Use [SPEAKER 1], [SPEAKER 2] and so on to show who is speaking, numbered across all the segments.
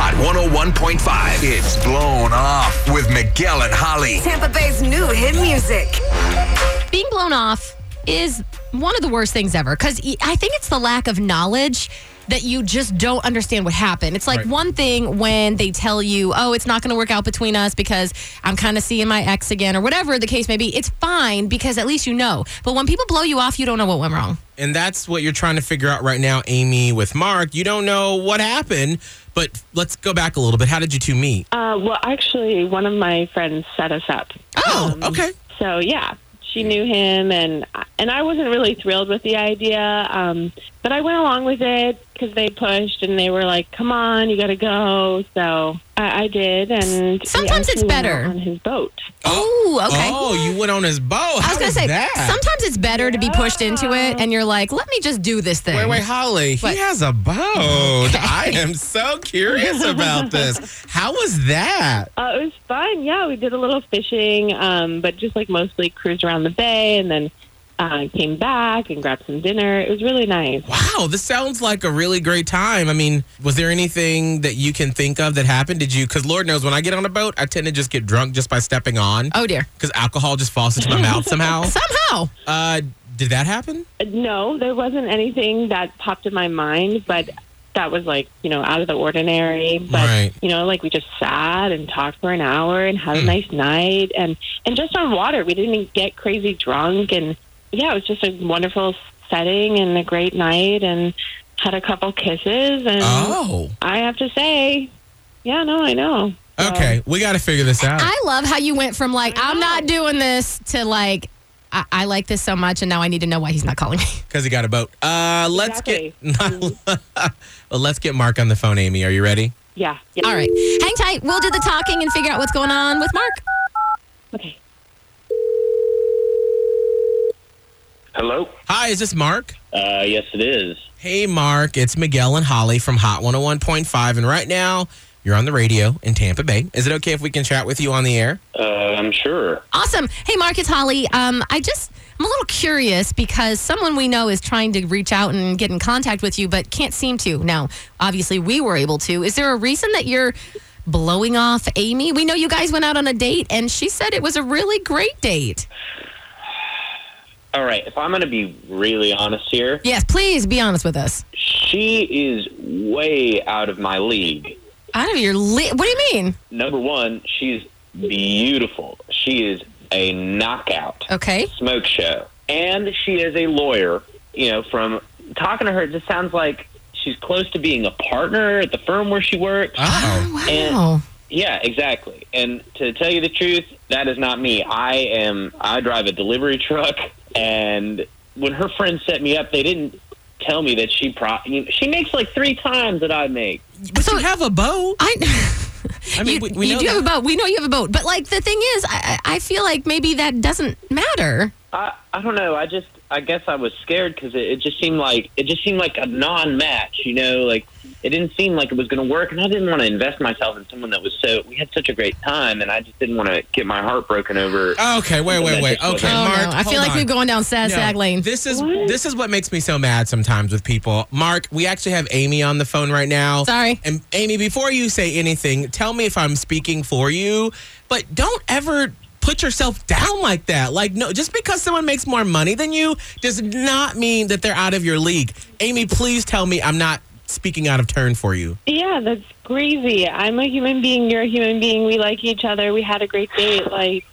[SPEAKER 1] Hot 101.5. It's blown off with Miguel and Holly.
[SPEAKER 2] Tampa Bay's new hit music.
[SPEAKER 3] being blown off is one of the worst things ever because I think it's the lack of knowledge that you just don't understand what happened. It's like one thing when they tell you, oh, it's not going to work out between us because I'm kind of seeing my ex again or whatever the case may be. It's fine because at least you know. But when people blow you off, you don't know what went wrong.
[SPEAKER 4] And that's what you're trying to figure out right now, Amy, with Mark. You don't know what happened, but let's go back a little bit. How did you two meet?
[SPEAKER 5] Uh, well, actually, one of my friends set us up.
[SPEAKER 4] Oh,
[SPEAKER 3] Um,
[SPEAKER 4] okay.
[SPEAKER 5] So yeah, she knew him, and and I wasn't really thrilled with the idea, um, but I went along with it because they pushed and they were like, "Come on, you got to go." So I, I did, and we
[SPEAKER 3] Sometimes it's
[SPEAKER 5] actually went
[SPEAKER 3] better.
[SPEAKER 5] on his boat.
[SPEAKER 3] Oh, okay.
[SPEAKER 4] Oh, you went on his boat.
[SPEAKER 3] I was
[SPEAKER 4] going to
[SPEAKER 3] say,
[SPEAKER 4] that?
[SPEAKER 3] sometimes it's better to be pushed into it and you're like, let me just do this thing.
[SPEAKER 4] Wait, wait, Holly,
[SPEAKER 3] What?
[SPEAKER 4] he has a boat. I am so curious about this. How was that?
[SPEAKER 5] Uh, it was fun. Yeah, we did a little fishing, um, but just like mostly cruised around the bay, and then uh, came back and grabbed some dinner. It was really nice.
[SPEAKER 4] Wow, this sounds like a really great time. I mean, was there anything that you can think of that happened? Did you? Because Lord knows, when I get on a boat, I tend to just get drunk just by stepping on.
[SPEAKER 3] Oh, dear.
[SPEAKER 4] Because alcohol just falls into my mouth somehow.
[SPEAKER 3] Somehow.
[SPEAKER 4] Uh, did that happen?
[SPEAKER 5] No, there wasn't anything that popped in my mind, but that was like, you know, out of the ordinary. But
[SPEAKER 4] Right.
[SPEAKER 5] you know, like we just sat and talked for an hour and had a nice night and and just on water. We didn't even get crazy drunk and yeah, it was just a wonderful setting and a great night and had a couple kisses and
[SPEAKER 4] Oh.
[SPEAKER 5] I have to say, yeah, no, I know. So-
[SPEAKER 4] Okay, we got to figure this out.
[SPEAKER 3] Um, I love how you went from like I'm not doing this to like I, I like this so much and now I need to know why he's not calling me.
[SPEAKER 4] Because he got a boat. Uh, let's
[SPEAKER 5] Exactly.
[SPEAKER 4] get well, let's get Mark on the phone. Amy, are you ready?
[SPEAKER 5] Yeah. yeah.
[SPEAKER 3] All right, hang tight. We'll do the talking and figure out what's going on with Mark.
[SPEAKER 5] Okay.
[SPEAKER 6] Hello.
[SPEAKER 4] Hi, is this Mark?
[SPEAKER 6] Uh, yes, it is.
[SPEAKER 4] Hey, Mark, it's Miguel and Holly from Hot 101.5, and right now you're on the radio in Tampa Bay. Is it okay if we can chat with you on the air?
[SPEAKER 6] Uh, I'm sure.
[SPEAKER 3] Awesome. Hey, Mark, it's Holly. Um, I just I'm a little curious because someone we know is trying to reach out and get in contact with you, but can't seem to. Now, obviously, we were able to. Is there a reason that you're blowing off Amy? We know you guys went out on a date, and she said it was a really great date.
[SPEAKER 6] All right. If I'm going to be really honest here,
[SPEAKER 3] Yes, please be honest with us.
[SPEAKER 6] she is way out of my league.
[SPEAKER 3] Out of your li- what do you mean?
[SPEAKER 6] Number one, she's beautiful. She is a knockout
[SPEAKER 3] Okay.
[SPEAKER 6] smoke show, and she is a lawyer. You know, from talking to her, it just sounds like she's close to being a partner at the firm where she works.
[SPEAKER 3] Uh-huh.
[SPEAKER 4] Oh.
[SPEAKER 6] And-
[SPEAKER 3] wow.
[SPEAKER 6] Yeah, exactly. And to tell you the truth, that is not me. I am I drive a delivery truck and when her friends set me up, they didn't tell me that she pro- she makes like 3 times that I make.
[SPEAKER 4] But
[SPEAKER 3] So-
[SPEAKER 4] you have a boat.
[SPEAKER 3] I.
[SPEAKER 4] I mean,
[SPEAKER 3] you,
[SPEAKER 4] we, we
[SPEAKER 3] you
[SPEAKER 4] know
[SPEAKER 3] do
[SPEAKER 4] that.
[SPEAKER 3] have a boat. We know you have a boat, but like the thing is, I, I I feel like maybe that doesn't matter.
[SPEAKER 6] I I don't know. I just I guess I was scared cuz it, it just seemed like it just seemed like a non-match, you know, like it didn't seem like it was going to work and I didn't want to invest myself in someone that was so we had such a great time and I just didn't want to get my heart broken over
[SPEAKER 4] Okay, wait, wait, wait.
[SPEAKER 6] Oh,
[SPEAKER 4] Okay,
[SPEAKER 3] Oh
[SPEAKER 4] Mark.
[SPEAKER 3] no, I feel
[SPEAKER 4] hold
[SPEAKER 3] like
[SPEAKER 4] on.
[SPEAKER 3] we've gone down sad
[SPEAKER 4] No,
[SPEAKER 3] sag lane.
[SPEAKER 4] This is this is what makes me so mad sometimes with people. Mark, we actually have Amy on the phone right now.
[SPEAKER 3] Sorry.
[SPEAKER 4] And Amy, before you say anything, tell me if I'm speaking for you, but don't ever put yourself down like that. Like no, just because someone makes more money than you does not mean that they're out of your league. Amy, please tell me I'm not speaking out of turn for you.
[SPEAKER 5] Yeah, that's crazy. I'm a human being. You're a human being. We like each other. We had a great date. Like,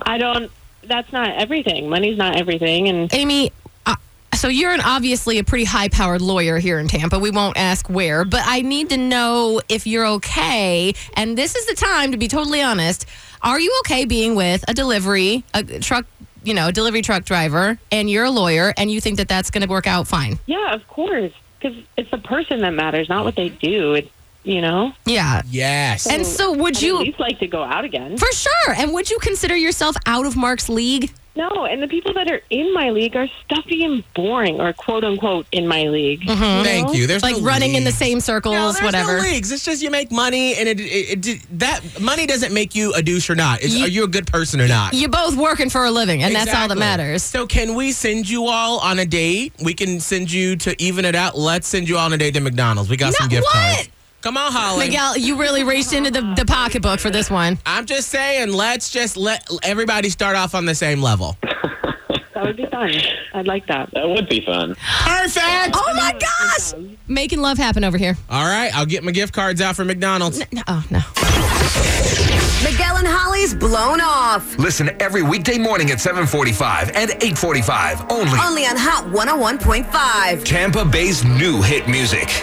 [SPEAKER 5] I don't. That's not everything. Money's not everything. And
[SPEAKER 3] Amy, uh, so you're an obviously a pretty high powered lawyer here in Tampa. We won't ask where, but I need to know if you're okay. And this is the time to be totally honest. Are you okay being with a delivery, a truck, you know, delivery truck driver, and you're a lawyer and you think that that's going to work out fine?
[SPEAKER 5] yeah, of course, because it's the person that matters, not what they do. It's you know?
[SPEAKER 3] Yeah.
[SPEAKER 4] Yes.
[SPEAKER 3] And so would
[SPEAKER 5] I'd
[SPEAKER 3] you
[SPEAKER 5] at least like to go out again?
[SPEAKER 3] for sure. And would you consider yourself out of Mark's league?
[SPEAKER 5] No, and the people that are in my league are stuffy and boring, or quote unquote in my league.
[SPEAKER 4] Thank you. There's
[SPEAKER 3] Mm-hmm. Like
[SPEAKER 4] no
[SPEAKER 3] running in the
[SPEAKER 4] league.
[SPEAKER 3] same circles,
[SPEAKER 4] No, there's
[SPEAKER 3] whatever.
[SPEAKER 4] No leagues. It's just you make money, and it, it, it that money doesn't make you a douche or not. It's,
[SPEAKER 3] Ye-
[SPEAKER 4] are you a good person or not?
[SPEAKER 3] You're both working for a living, and that's all that
[SPEAKER 4] Exactly.
[SPEAKER 3] matters.
[SPEAKER 4] So, can we send you all on a date? We can send you to even it out. Let's send you all on a date to McDonald's. We got
[SPEAKER 3] No,
[SPEAKER 4] some gift
[SPEAKER 3] what?
[SPEAKER 4] cards. Come on, Holly.
[SPEAKER 3] Miguel, you really reached into the, the pocketbook for this one.
[SPEAKER 4] I'm just saying, let's just let everybody start off on the same level.
[SPEAKER 5] That would be fun. I'd like that.
[SPEAKER 6] That would be fun.
[SPEAKER 4] Perfect.
[SPEAKER 3] Oh my gosh! Making love happen over here.
[SPEAKER 4] All right, I'll get my gift cards out for McDonald's.
[SPEAKER 3] No, oh, no.
[SPEAKER 2] Miguel and Holly's Blown Off.
[SPEAKER 1] Listen every weekday morning at 745 and 845 only.
[SPEAKER 2] Only on Hot 101.5.
[SPEAKER 1] Tampa Bay's new hit music.